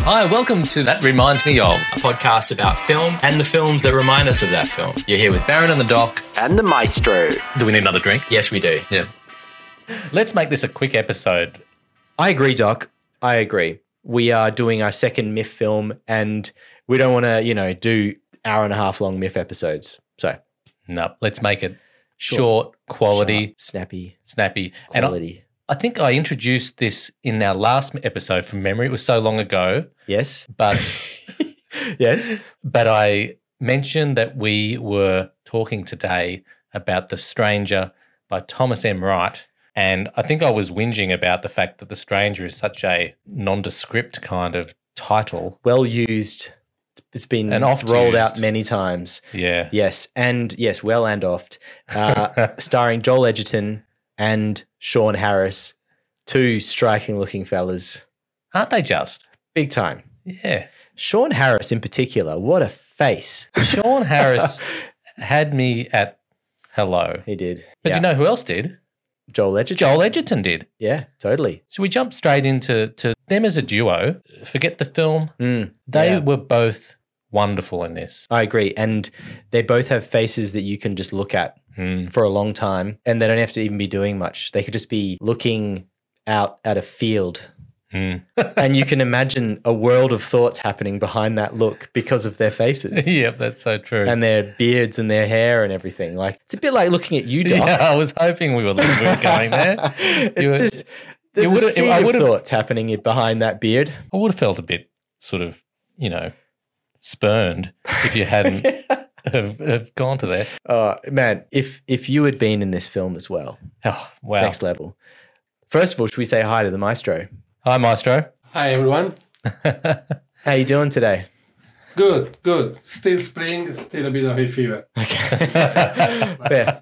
Hi, welcome to That Reminds Me Of, a podcast about film and the films that remind us of that film. You're here with Baron and the Doc. And the maestro. Do we need another drink? Yes, we do. Yeah. Let's make this a quick episode. I agree, Doc. I agree. We are doing our second MIF film, and we don't want to, you know, do hour and a half long MIF episodes. So No, let's make it Short. short, quality, sharp, snappy, snappy. And I, quality. I think I introduced this in our last episode from memory. It was so long ago, yes, but yes. but I mentioned that we were talking today about The Stranger by Thomas M. Wright. And I think I was whinging about the fact that The Stranger is such a nondescript kind of title. Well used. It's- It's been And oft rolled out used. many times. Yeah. Yes, and yes, well and oft. Uh, starring Joel Edgerton and Sean Harris, two striking looking fellas, Aren't they just? big time. Yeah. Sean Harris in particular, what a face Sean Harris had me at hello. he did. But yeah. you know who else did? Joel Edgerton. Joel Edgerton did. Yeah, totally. So we jump straight into to them as a duo. Forget the film. Mm, They Yeah. were both wonderful in this. I agree. And they both have faces that you can just look at Hmm. for a long time and they don't have to even be doing much. They could just be looking out at a field. Hmm. and you can imagine a world of thoughts happening behind that look because of their faces yep, that's so true. and their beards and their hair and everything. Like it's a bit like looking at you, Doc. yeah, I was hoping we were, we were going there. it's You were- just there's would've- a it- sea I of would've- thoughts happening behind that beard. I would have felt a bit sort of, you know, spurned if you hadn't have, have gone to there. Oh man, if if you had been in this film as well, Oh, wow. next level. First of all, should we say hi to the maestro? Hi, Maestro. Hi everyone. How you doing today? Good, good. Still spring, still a bit of hay fever. Okay, Yeah,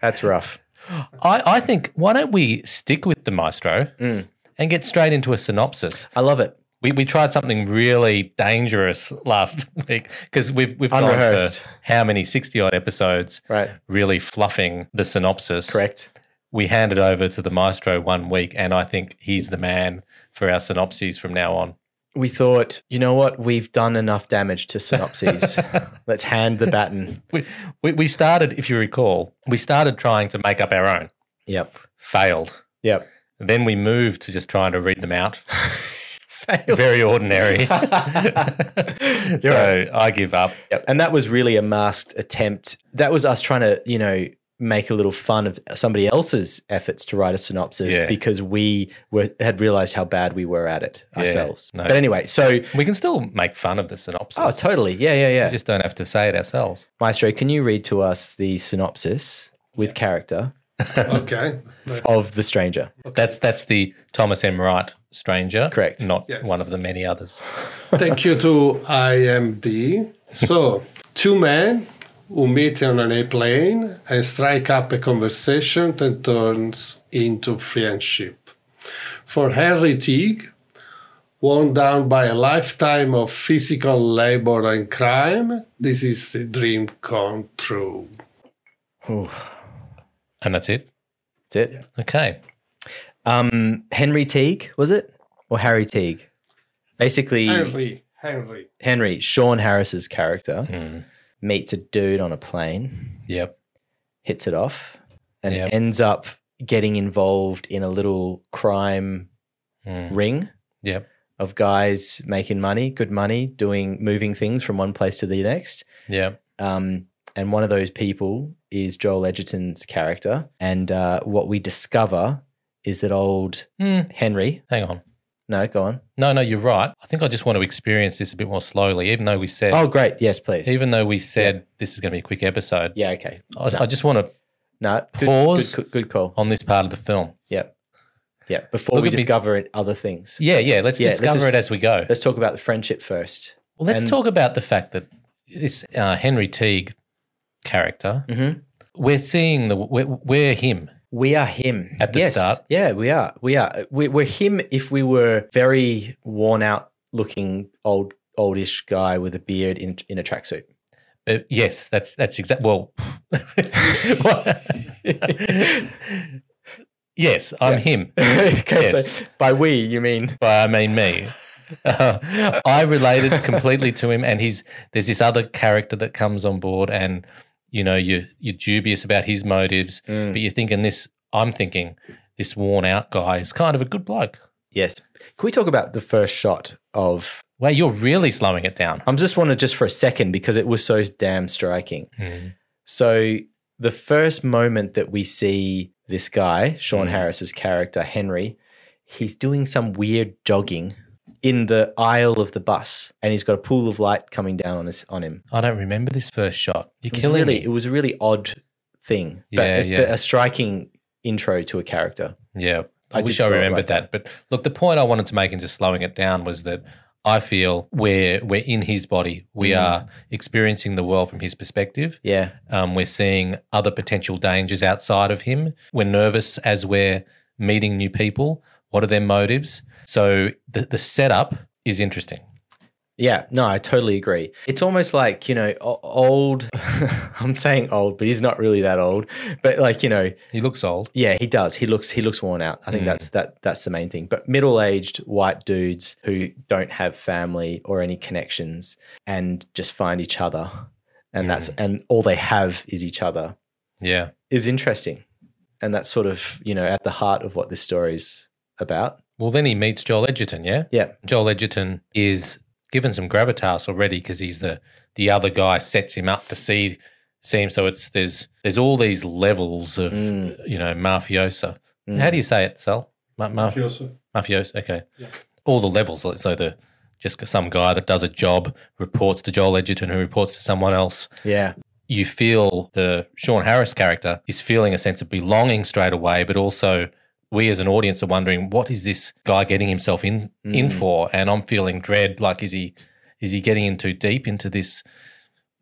that's rough. I, I think why don't we stick with the maestro Mm. and get straight into a synopsis? I love it. We, we tried something really dangerous last week because we've we've gone for Unrehearsed. how many sixty odd episodes Right, really fluffing the synopsis. correct. We hand it over to the maestro one week, and I think he's the man for our synopses from now on. We thought, you know what? We've done enough damage to synopses. Let's hand the baton. We, we we started, if you recall, we started trying to make up our own, Yep, failed. yep. Then we moved to just trying to read them out. Failed. Very ordinary. so right. I give up. Yep. And that was really a masked attempt. That was us trying to, you know, make a little fun of somebody else's efforts to write a synopsis Yeah. because we were had realized how bad we were at it Yeah. ourselves. No. But anyway, so We can still make fun of the synopsis. oh, totally, yeah, yeah, yeah. We just don't have to say it ourselves. Maestro, can you read to us the synopsis with character Okay. of the stranger? That's that's the Thomas M. Wright Stranger. Correct. Not Yes. one of the many others. Thank you to IMD. So, two men who meet on an airplane and strike up a conversation that turns into friendship. For Henry Teague, worn down by a lifetime of physical labor and crime, this is a dream come true. And that's it. That's it. Okay. Um, Henry Teague was it or Harry Teague? Basically, Henry, Henry. Henry Sean Harris's character Hmm. meets a dude on a plane. Yep. hits it off and Yep. ends up getting involved in a little crime Hmm. ring Yep. of guys making money, good money, doing moving things from one place to the next. Yep. Um, and one of those people is Joel Edgerton's character. And uh, what we discover is that old Hmm. Henry. Hang on. No, go on. No, no, you're right. I think I just want to experience this a bit more slowly, even though we said, Oh, great. Yes, please. even though we said this is going to be a quick episode. yeah, okay. I, I just want to No, good, Pause. Good, good call. on this part of the film. Yep. Yep. Before Look we at me. discover it, other things. Yeah, yeah. Let's Yeah, this discover is- it as we go. Let's talk about the friendship first. Well, let's And- talk about the fact that this uh, Henry Teague character, Mhm. we're seeing the we're, we're him. We are him At the start. Yeah, we are. We are. We, we're him if we were very worn out looking old oldish guy with a beard in in a tracksuit. Uh, yes, that's that's exact. Well, yes, I'm him. okay, Yes. so by we you mean But I mean me. I related completely to him, and he's there's this other character that comes on board, and you know you you're dubious about his motives, Mm. but you're thinking this. I'm thinking this worn out guy is kind of a good bloke. Yes. Can we talk about the first shot of? Wow, you're really slowing it down. I'm just wanted just for a second because it was so damn striking. So the first moment that we see this guy, Sean Mm. Harris's character Henry, he's doing some weird jogging in the aisle of the bus, and he's got a pool of light coming down on his on him. I don't remember this first shot. You're It was killing really, me. It was a really odd thing, but Yeah, it's yeah. a striking intro to a character. Yeah, I, I did wish slow I it remembered right that. But look, the point I wanted to make in just slowing it down was that I feel we're we're in his body. We Mm. are experiencing the world from his perspective. Yeah, Um, we're seeing other potential dangers outside of him. We're nervous as we're meeting new people. What are their motives? So the the setup is interesting. Yeah, no, I totally agree. It's almost like, you know, o- old, I'm saying old, but he's not really that old. But like, you know, He looks old. yeah, he does. He looks he looks worn out. I think Mm. that's that that's the main thing. But middle-aged white dudes who don't have family or any connections and just find each other and that's Hmm. and all they have is each other Yeah. is interesting. And that's sort of, you know, at the heart of what this story's about. Well, then he meets Joel Edgerton, yeah? Yeah. Joel Edgerton is given some gravitas already because he's the the other guy sets him up to see see him. So it's there's there's all these levels of Mm. you know mafiosa. Mm. How do you say it, Sal? Ma- ma- Mafioso. mafiosa. Okay. Yeah. All the levels. like, So the just some guy that does a job reports to Joel Edgerton, who reports to someone else. Yeah. You feel the Sean Harris character is feeling a sense of belonging straight away, but also we as an audience are wondering what is this guy getting himself in in Mm. for and i'm feeling dread like is he is he getting in too deep into this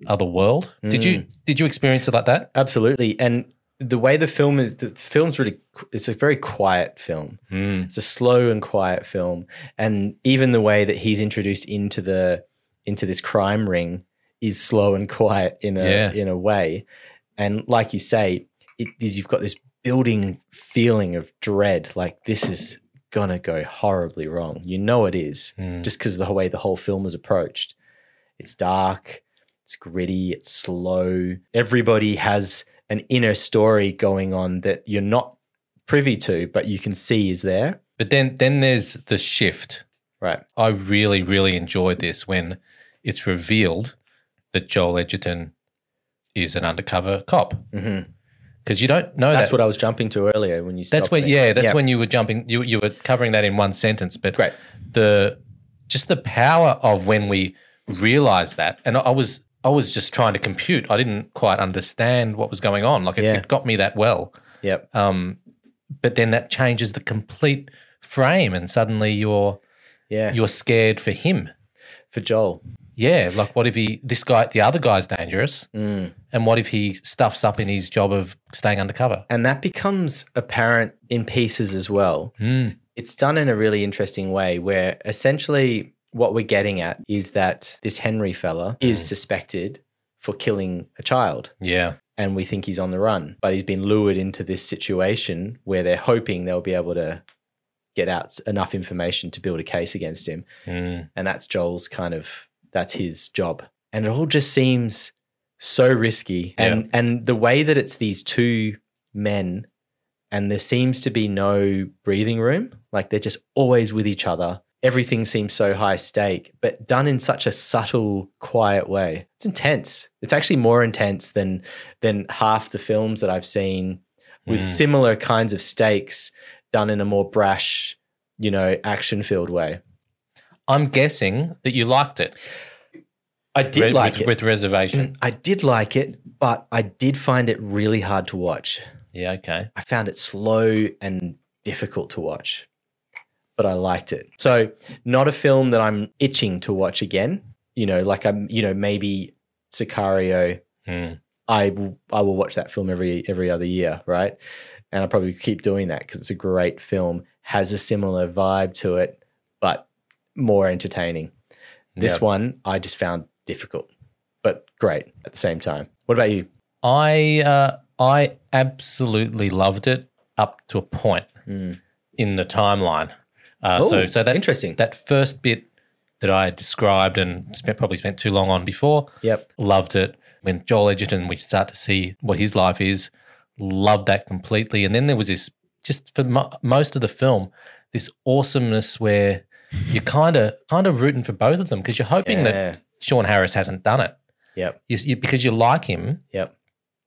other world did you did you experience it like that Absolutely. And the way the film is, the film's really, it's a very quiet film. mm. It's a slow and quiet film. And even the way that he's introduced into the, into this crime ring is slow and quiet in a, Yeah. in a way. And like you say, it is, you've got this building feeling of dread, like this is gonna go horribly wrong. You know it is Mm. just because of the way the whole film is approached. It's dark, it's gritty, it's slow. Everybody has an inner story going on that you're not privy to, but you can see is there. but then then there's the shift Right. i really really enjoyed this when it's revealed that joel edgerton is an undercover cop Mm-hmm. because you don't know Oh, That's that. what I was jumping to earlier when you. that's stopped where me. yeah that's when you were jumping you, you were covering that in one sentence but Great. the just the power of when we realize that and I- i was i was just trying to compute i didn't quite understand what was going on like it, Yeah. it got me that well Yep. um but then that changes the complete frame and suddenly you're Yeah. you're scared for him For Joel. yeah like what if he this guy the other guy's dangerous Mm. and what if he stuffs up in his job of staying undercover and that becomes apparent in pieces as well. Mm. It's done in a really interesting way where essentially what we're getting at is that this Henry fella Mm. is suspected for killing a child yeah and we think he's on the run, but he's been lured into this situation where they're hoping they'll be able to get out enough information to build a case against him Mm. and that's Joel's kind of that's his job. And it all just seems so risky. And and the way that it's these two men and there seems to be no breathing room, like they're just always with each other. Everything seems so high stake, but done in such a subtle, quiet way. It's intense. It's actually more intense than than half the films that I've seen with Mm. similar kinds of stakes done in a more brash, you know, action-filled way. i'm guessing that you liked it I did Re- like with, it. Mm. with reservation I did like it, but I did find it really hard to watch. yeah okay I found it slow and difficult to watch, but I liked it. So, not a film that I'm itching to watch again. You know, like I'm, you know, maybe Sicario. Mm. I will, I will watch that film every every other year, right? And I'll probably keep doing that because it's a great film, has a similar vibe to it, but more entertaining. This Yeah. one I just found difficult, but great at the same time. What about you? I uh, I absolutely loved it up to a point Mm. in the timeline. Uh, Oh, so so that interesting. that first bit that I had described and spent, probably spent too long on before. Yep. Loved it. When Joel Edgerton, we start to see what his life is. Loved that completely. And then there was this, just for mo- most of the film, this awesomeness where you're kind of kind of rooting for both of them because you're hoping that Yeah. Sean Harris hasn't done it. Yep. You, you, because you like him, Yep.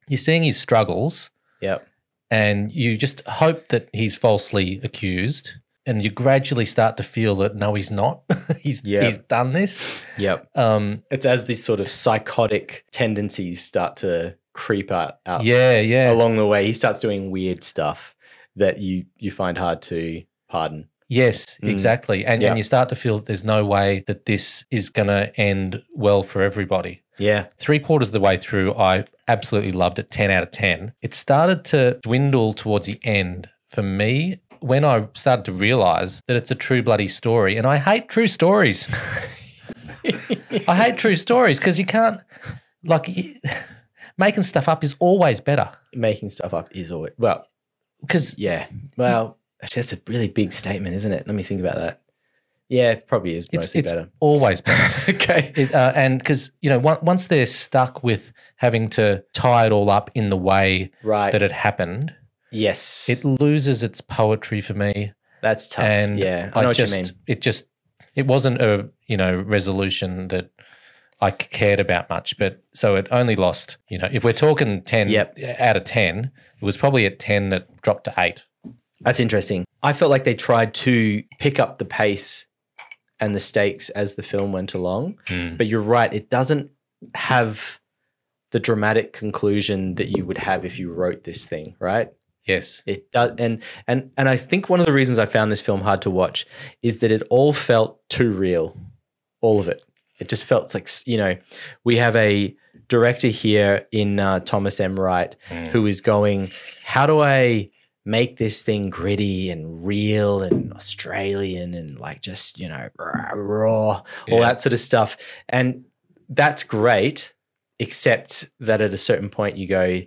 you're seeing his struggles, Yep. and you just hope that he's falsely accused. And you gradually start to feel that no, he's not. he's Yeah. he's done this. Yep. Um, It's as these sort of psychotic tendencies start to creep out, out yeah, yeah, along the way. He starts doing weird stuff that you you find hard to pardon. yes, Mm. exactly. And Yeah. and you start to feel that there's no way that this is going to end well for everybody. Yeah. three quarters of the way through, I absolutely loved it. 10 out of 10. It started to dwindle towards the end for me when I started to realize that it's a true bloody story. And I hate true stories. I hate true stories because you can't, like, y- making stuff up is always better. Making stuff up is always well, Because yeah. Well, actually that's a really big statement, isn't it? Let me think about that. Yeah, it probably is it's, mostly it's better. always better. okay. It, uh, and because, you know, on- once they're stuck with having to tie it all up in the way Right. that it happened, yes. it loses its poetry for me. that's tough. and yeah. I know what just you mean. it just it wasn't a you know resolution that I c- cared about much, but so it only lost. You know, if we're talking ten Yep. out of ten, it was probably at ten that dropped to eight. That's interesting. I felt like they tried to pick up the pace and the stakes as the film went along. But you're right, it doesn't have the dramatic conclusion that you would have if you wrote this thing, right? Yes, It does and and and I think one of the reasons I found this film hard to watch is that it all felt too real. All of it. It just felt like, you know, we have a director here in uh, Thomas M. Wright Mm. who is going, how do I make this thing gritty and real and Australian and like just, you know, raw, raw all Yeah. that sort of stuff. And that's great, except that at a certain point you go,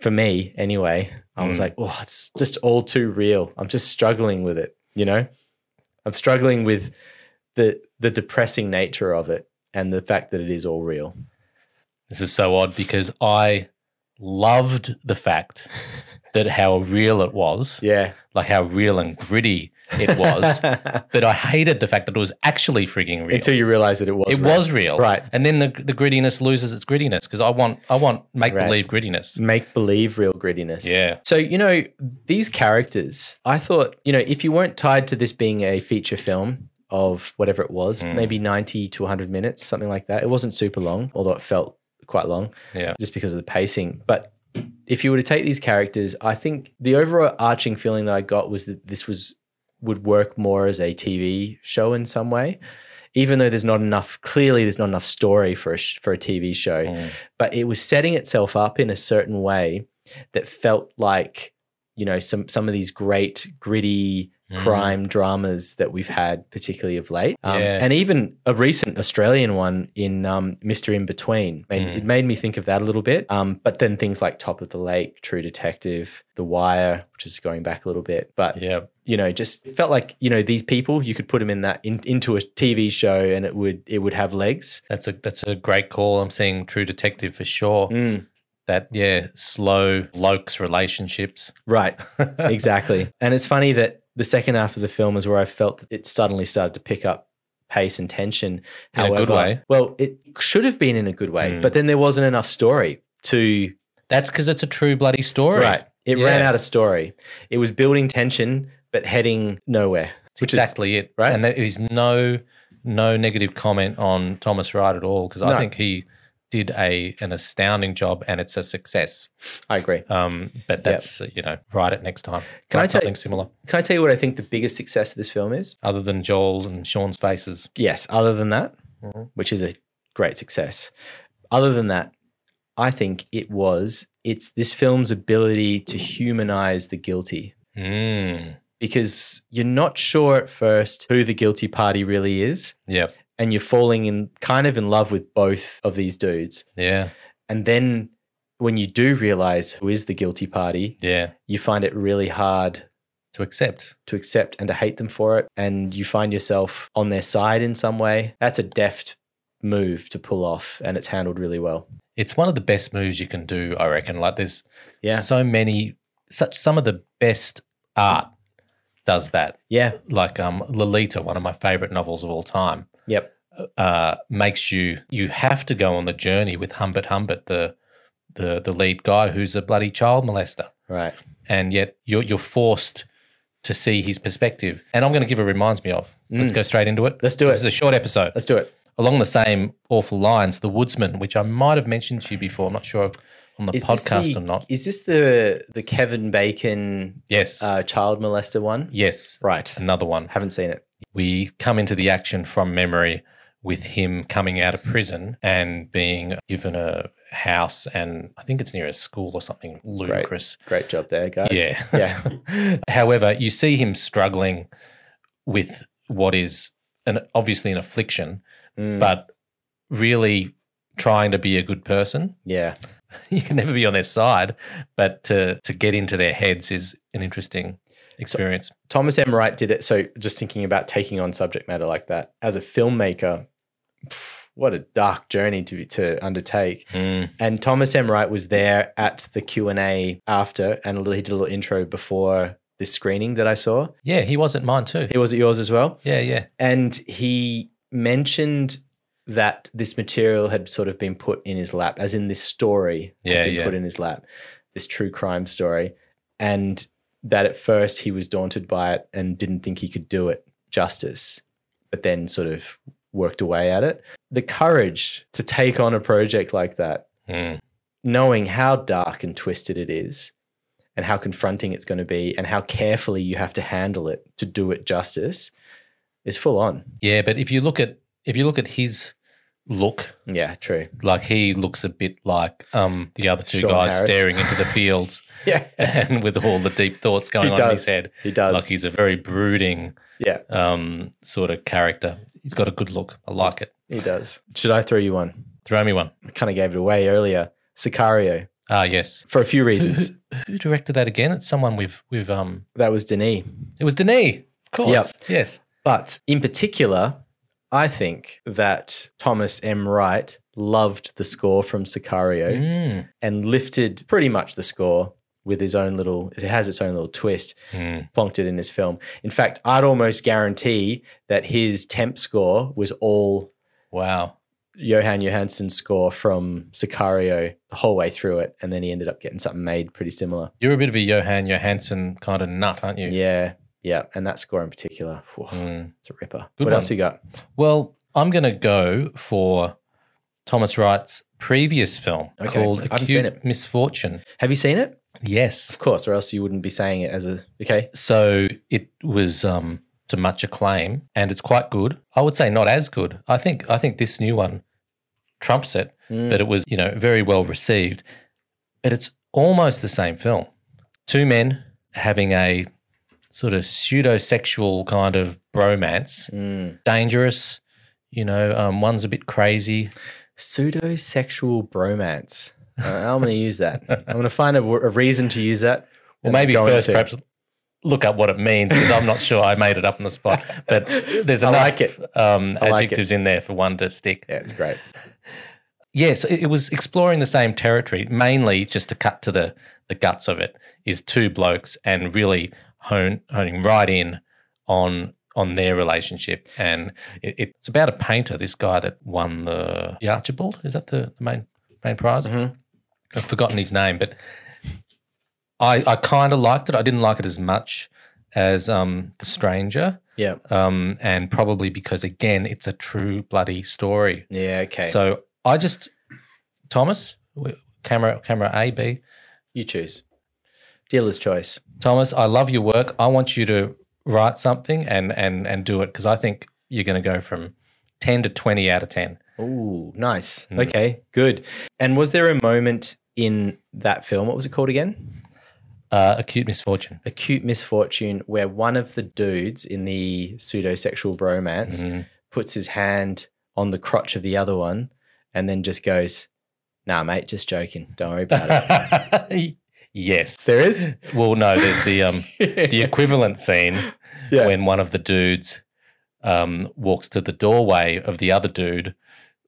for me anyway, I was Mm. like, oh, it's just all too real. I'm just struggling with it, you know? I'm struggling with the the depressing nature of it and the fact that it is all real. this is so odd because I loved the fact that how real it was, Yeah. like how real and gritty it was, but I hated the fact that it was actually freaking real. Until you realize that it was it real. was real, Right. And then the the grittiness loses its grittiness because I want I want make believe grittiness. make believe real grittiness. Yeah. So, you know, these characters, I thought, you know, if you weren't tied to this being a feature film of whatever it was, Mm. maybe 90 to 100 minutes, something like that, it wasn't super long, although it felt quite long Yeah. just because of the pacing. But if you were to take these characters, I think the overarching feeling that I got was that this was would work more as a TV show in some way, even though there's not enough. Clearly, there's not enough story for a sh- for a TV show, Mm. but it was setting itself up in a certain way that felt like you know some some of these great gritty Mm. crime dramas that we've had, particularly of late, um, Yeah. and even a recent Australian one in um, Mister In Between. Made, Mm. It made me think of that a little bit. Um, but then things like Top of the Lake, True Detective, The Wire, which is going back a little bit, but Mm. Yeah. you know, just it felt like you know these people you could put them in that in, into a TV show and it would it would have legs. That's a that's a great call. I'm seeing True Detective for sure. Mm, That yeah, slow lokes relationships. right, exactly. And it's funny that the second half of the film is where I felt that it suddenly started to pick up pace and tension. In a good way. well, it should have been in a good way, Mm. but then there wasn't enough story to That's because it's a true bloody story. right. It ran Yeah. out of story. It was building tension but heading nowhere. It's Which is- exactly it. right. And there is no no negative comment on Thomas Wright at all because I No. think he did a an astounding job and it's a success. I agree. Um, but that's you know, write it next time. Can I Write tell- something similar Can I tell you what I think the biggest success of this film is? other than Joel and Sean's faces? Yes, other than that, Mhm. which is a great success. Other than that, I think it was it's this film's ability to humanize the guilty. Mm. because you're not sure at first who the guilty party really is. Yep. And you're falling in kind of in love with both of these dudes. Yeah. And then when you do realize who is the guilty party, Yeah. you find it really hard to accept. to accept and to hate them for it, and you find yourself on their side in some way. That's a deft move to pull off, and it's handled really well. It's one of the best moves you can do, I reckon. Like there's Yeah. so many such some of the best art does that. Yeah. Like um Lolita, one of my favorite novels of all time. Yep. uh, makes you you have to go on the journey with Humbert Humbert, the the the lead guy who's a bloody child molester, Right. and yet you're you're forced to see his perspective. And I'm going to give a reminds me of. Let's go straight into it. Mm. Let's do This it. is a short episode. Let's do it. Along the same awful lines, The Woodsman, which I might have mentioned to you before. I'm not sure if on the Is this podcast the- or not. Is this the the Kevin Bacon Yes, uh, child molester one? yes, Right. another one. Haven't seen it. we come into the action from memory with him coming out of prison and being given a house and I think it's near a school or something ludicrous. Great job there, guys. Yeah. Yeah. However, you see him struggling with what is an obviously an affliction, Mm, but really trying to be a good person. yeah. You can never be on their side, but to to get into their heads is an interesting experience. Thomas M. Wright did it. So just thinking about taking on subject matter like that as a filmmaker, pff, what a dark journey to to undertake. Mm. And Thomas M. Wright was there at the Q and A after, and a little- he did a little intro before this screening that I saw. Yeah, he wasn't mine too. He was at yours as well, Yeah, yeah. and he mentioned that this material had sort of been put in his lap, as in this story had Yeah, been yeah. put in his lap, this true crime story, and that at first he was daunted by it and didn't think he could do it justice, but then sort of worked away at it. The courage to take on a project like that Mm. knowing how dark and twisted it is and how confronting it's going to be and how carefully you have to handle it to do it justice is full on. Yeah, but if you look at if you look at his look, Yeah, true. like he looks a bit like um the other two Sean guys Harris. staring into the fields Yeah. and with all the deep thoughts going He on in does. his head. He does. Like he's a very brooding yeah, um sort of character. He's got a good look. I like it. he does. Should I throw you one? Throw me one. I kind of gave it away earlier. Sicario, Ah, yes. for a few reasons. Who directed that again? It's someone we've we've um that was Denis. it was Denis. Of course. Yes. But in particular, I think that Thomas M. Wright loved the score from Sicario. Mm. and lifted pretty much the score with his own little it has its own little twist Mm. plonked it in his film in fact i'd almost guarantee that his temp score was all Wow. johan johansson's score from sicario the whole way through it and then he ended up getting something made pretty similar You're a bit of a Johan Johansson kind of nut, aren't you? yeah yeah and that score in particular whew, Mm. it's a ripper Good what one. else you got Well, I'm going to go for Thomas Wright's previous film Okay. called I haven't seen Acute it. Misfortune. have you seen it Yes. of course or else you wouldn't be saying it as a okay So it was um, to much acclaim, and it's quite good. I would say not as good. I think I think this new one trumps it, Mm. but it was you know very well received. But it's almost the same film. Two men having a sort of pseudo-sexual kind of bromance, mm. dangerous. You know, um, one's a bit crazy. pseudo sexual bromance Uh, i'm going to use that i'm going to find a, wo- a reason to use that Well, and maybe go first, into. perhaps look up what it means because I'm not sure I made it up on the spot. But there's I enough like it. Um, I like it. adjectives in there for one to stick. Yeah, it's great. Yes, it, it was exploring the same territory, mainly just to cut to the the guts of it. Is two blokes and really hone, honing right in on on their relationship, and it, it's about a painter. This guy that won the, the Archibald is that the, the main main prize? Mhm. I've forgotten his name, but I I kind of liked it. I didn't like it as much as um the Stranger, Yeah. um, and probably because again it's a true bloody story. Yeah. Okay. So So I just Thomas w- camera camera A B you choose. Dealer's choice. Thomas. I love your work. I want you to write something and and and do it because I think you're going to go from ten to twenty out of ten. Ooh, nice. Mm. Okay, good. And was there a moment in that film? What was it called again? Uh, acute misfortune. Acute misfortune, where one of the dudes in the pseudo sexual bromance Mm. puts his hand on the crotch of the other one, and then just goes, "Nah, mate, just joking. Don't worry about it." Yes. There is? Well, no, there's the um the equivalent scene Yeah. when one of the dudes um walks to the doorway of the other dude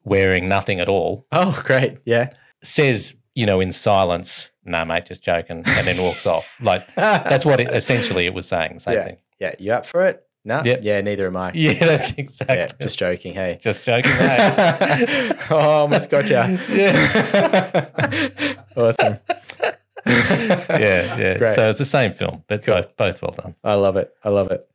wearing nothing at all, Oh, great. Yeah. says, you know, in silence, nah mate, just joking, and then walks off. Like that's what it, essentially it was saying, same Yeah. thing. Yeah. You up for it? No. Yep. Yeah. Neither am I. Yeah, that's Yeah. exactly Just joking. Hey. just joking, mate. oh, almost got you. Yeah. awesome. yeah, yeah. Great. So it's the same film, but Cool. both both well done. I love it. I love it.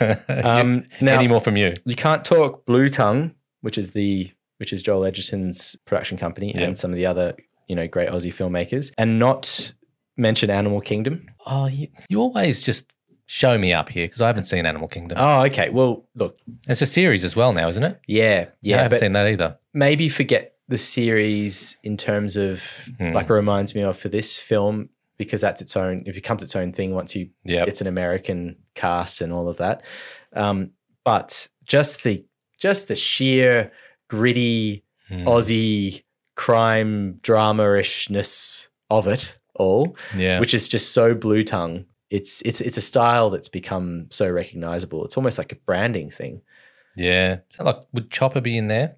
Um, now Any more from you? you can't talk Blue Tongue, which is the which is Joel Edgerton's production company Yep. and some of the other you know great Aussie filmmakers, and not mention Animal Kingdom. Oh, you, you always just show me up here because I haven't seen Animal Kingdom. Oh, okay. Well, look, It's a series as well now, isn't it? yeah, Yeah, I yeah, haven't but seen that either. maybe forget the series in terms of Hmm. like it reminds me of for this film because that's its own it becomes its own thing once you Yeah, it's an American cast and all of that. Um, but just the just the sheer gritty Hmm. Aussie crime drama-ishness of it all, yeah, which is just so blue tongue. It's it's it's a style that's become so recognizable. It's almost like a branding thing. yeah. So like, would Chopper be in there?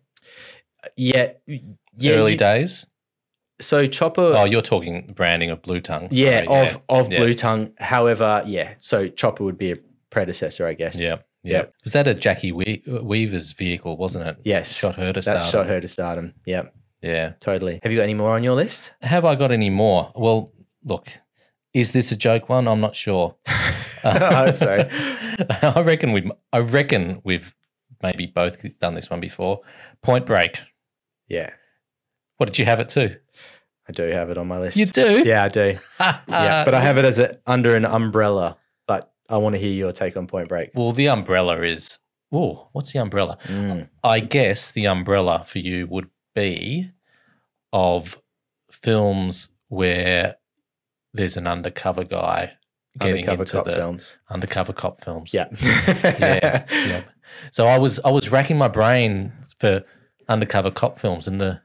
Yeah, yeah. Early you- days. So Chopper, Oh, you're talking the branding of Blue Tongue. Sorry, yeah, of of yeah. blue tongue. However, yeah. So Chopper would be a predecessor, I guess. yeah, yeah. Yep. Was that a Jackie we- Weaver's vehicle? Wasn't it? Yes. Shot her to that start. shot her to stardom. Yeah. Yeah. Totally. Have you got any more on your list? Have I got any more? Well, look, is this a joke one? I'm not sure. Uh, I'm sorry. I reckon we. I reckon we've maybe both done this one before. Point Break. Yeah, What did you have it to? I do Uh, um, have it on my list. You do. Yeah, I do. yeah, but I have it as a, under an umbrella. But I want to hear your take on Point Break. Well, the umbrella is. Oh, what's the umbrella? Mm. I guess the umbrella for you would be of films where there's an undercover guy getting Undercover into cop the films. undercover cop films. Yeah. Yeah, yeah. So I was I was racking my brain for undercover cop films, and the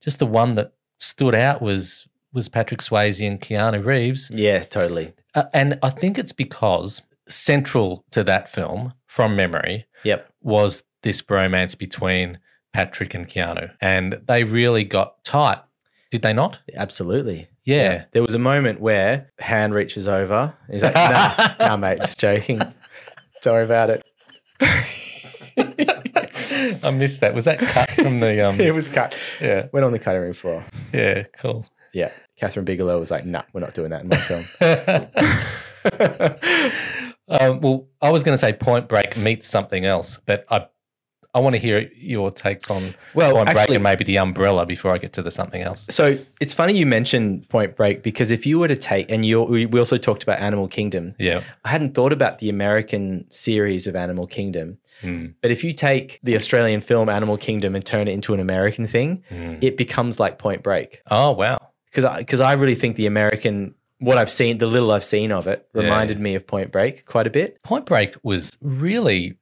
just the one that stood out was was Patrick Swayze and Keanu Reeves, Yeah, totally. uh, and I think it's because central to that film, from memory, Yep. was this bromance between Patrick and Keanu, and they really got tight, did they not? Absolutely. Yeah. There was a moment where hand reaches over. He's like, nah, nah, mate, just joking. Don't worry about it. I missed that. Was that cut from the um? It was cut. yeah, Went on the cutting room floor. yeah, cool. Yeah. Catherine Bigelow was like, nah, we're not doing that in my film. um, well, I was going to say Point Break meets something else, but I I want to hear your takes on Well, Point Break Oh, actually- and maybe the umbrella before I get to the something else. So it's funny you mentioned Point Break because if you were to take, and you we we also talked about Animal Kingdom. Yeah. I hadn't thought about the American series of Animal Kingdom, Hmm. but if you take the Australian film Animal Kingdom and turn it into an American thing, Hmm. it becomes like Point Break Oh wow. because I because I really think the American what I've seen, the little I've seen of it, Yeah. reminded me of Point Break quite a bit. Point Break was really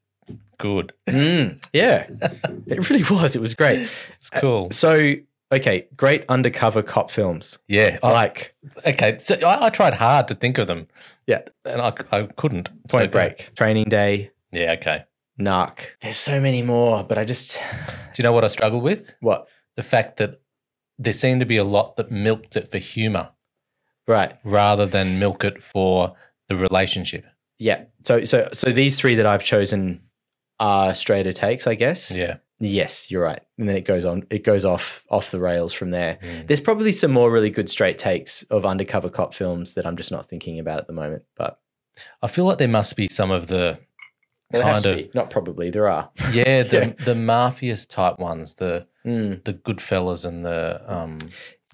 good. Mm, yeah, it really was. It was great. It's cool. So okay, great undercover cop films Yeah. I- like okay. So I, I tried hard to think of them. Yeah. And I, c- I couldn't. So Point good. Break, Training Day, Yeah. Okay. Narc. There's so many more, but I just Do you know what I struggled with? what The fact that there seemed to be a lot that milked it for humor. right? rather than milk it for the relationship. Yeah. So so so these three that I've chosen are straighter takes, I guess. Yeah. Yes, you're right. And then it goes on. It goes off off the rails from there. Mm. There's probably some more really good straight takes of undercover cop films that I'm just not thinking about at the moment. But I feel like there must be some of the There kind has to of be. not probably there are. yeah, the Yeah. the mafias type ones, the Mm. the Goodfellas and the um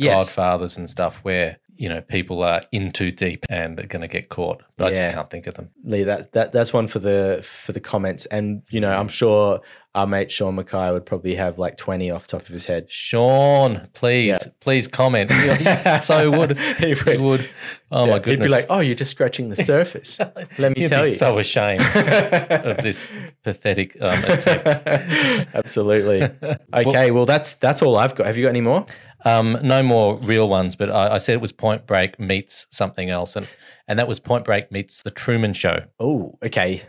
Yes. Godfathers and stuff where, you know, people are in too deep and are gonna get caught. But I just Yeah. can't think of them. Lee, that that that's one for the for the comments. And you know, I'm sure our mate Sean Mackay would probably have like 20 off the top of his head. Sean, please, please comment. so would he He would. would. Oh Yeah, my goodness. He'd be like, "Oh, you're just scratching the surface." Let me He'd tell be you. so ashamed of this pathetic um, attempt. Absolutely. Okay, well that's that's all I've got. Have you got any more? Um, no more real ones, but I, I said it was Point Break meets something else, and and that was Point Break meets The Truman Show. Oh, okay.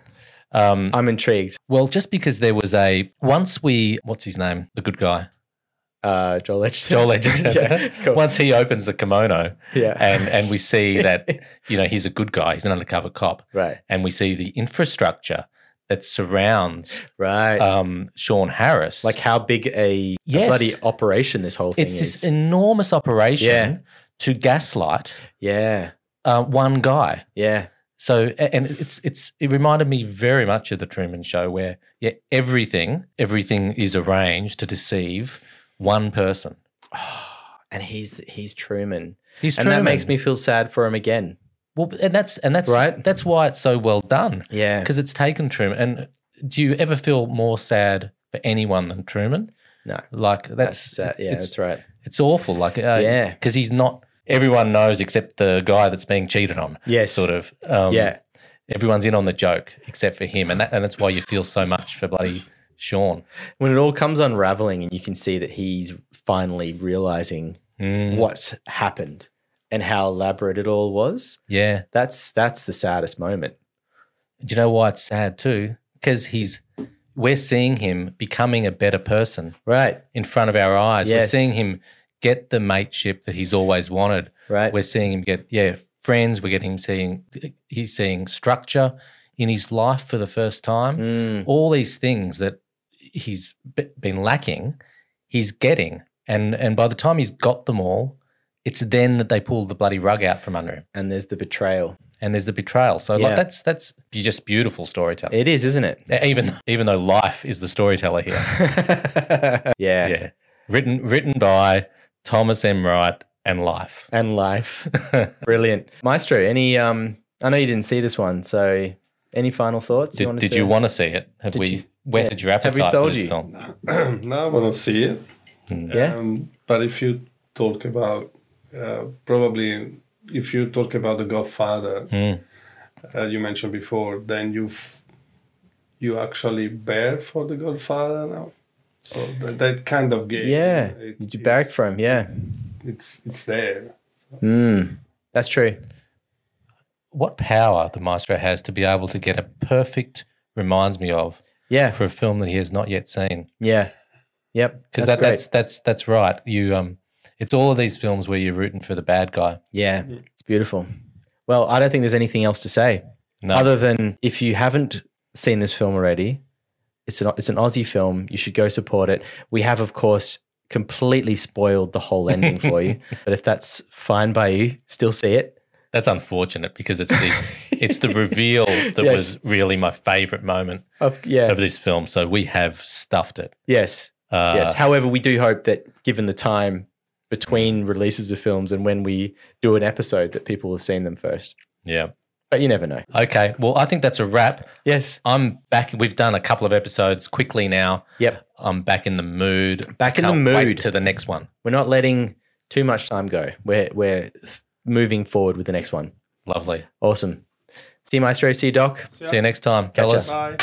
Um, I'm intrigued. well, just because there was a once we what's his name, the good guy, Uh, Joel Edgerton. Joel Edgerton. yeah, cool. Once he opens the kimono, yeah. and and we see that you know he's a good guy, he's an undercover cop, right, and we see the infrastructure that surrounds right. um, Sean Harris, Uh, like how big a, a Yes. bloody operation this whole thing it's is. this enormous operation Yeah. to gaslight yeah, uh, one guy. yeah, So, a- and it's it's it reminded me very much of the Truman Show, where yeah, everything everything is arranged to deceive one person. and he's he's Truman, He's and Truman. that makes me feel sad for him again. well, and that's and that's Right? That's why it's so well done Yeah, because it's taken Truman. And do you ever feel more sad for anyone than Truman? No. like that's, uh, it's, yeah, it's, that's right. it's awful. Like uh, Yeah. because he's not. Everyone knows except the guy that's being cheated on. Yes, sort of. Um, yeah, everyone's in on the joke except for him, and that, and that's why you feel so much for bloody Sean. when it all comes unraveling, and you can see that he's finally realizing Mm, what's happened and how elaborate it all was. Yeah, That's that's the saddest moment. do you know why it's sad too? Because he's we're seeing him becoming a better person Right, in front of our eyes. We're Yes. seeing him get the mateship that he's always wanted. right. We're seeing him get yeah friends. We're getting him seeing he's seeing structure in his life for the first time. Mm, all these things that he's b- been lacking, he's getting, and and by the time he's got them all, it's then that they pull the bloody rug out from under him, and there's the betrayal. and there's the betrayal. So Yeah. like that's that's be- just beautiful storytelling. E, It is, isn't it? even even though life is the storyteller here, yeah. yeah, written written by Thomas M. Wright and life. and life. Brilliant, Maestro. Any? Um, I know you didn't see this one, so any final thoughts? Did, wanted did to- you want to see it? Have Did we you- whetted your Have we appetite sold for this you? film? now I want to see it. Yeah. Um, but if you talk about, uh, probably if you talk about The Godfather, Hmm. Mm. uh, you mentioned before, then you f- you actually bear for The Godfather now. So that, that kind of game. Yeah, it- you barrack it's- for him. Yeah. It's, it's there. Mm, that's true. What power the maestro has to be able to get a perfect reminds me of Yeah. for a film that he has not yet seen. Yeah. Yep. Because that, great. that's that's that's right. You um, it's all of these films where you're rooting for the bad guy. yeah. It's beautiful. Well, I don't think there's anything else to say No, other than if you haven't seen this film already, it's an it's an Aussie film. You should go support it. We have, of course. Completely spoiled the whole ending for you, but if that's fine by you, still see it. that's unfortunate because it's the it's the reveal that Yes. was really my favorite moment Of, yeah, of this film. So we have stuffed it. yes, Uh, yes. However, we do hope that given the time between releases of films and when we do an episode, that people have seen them first. Yeah. But you never know. Okay. Well, I think that's a wrap. Yes, I'm back. We've done a couple of episodes quickly now. Yep. I'm back in the mood. Back in the Can't wait mood. to the next one. we're not letting too much time go. We're we're th- moving forward with the next one. Lovely. Awesome. See you, Maestro. See you, Doc. See you next time, ya. fellas. Bye.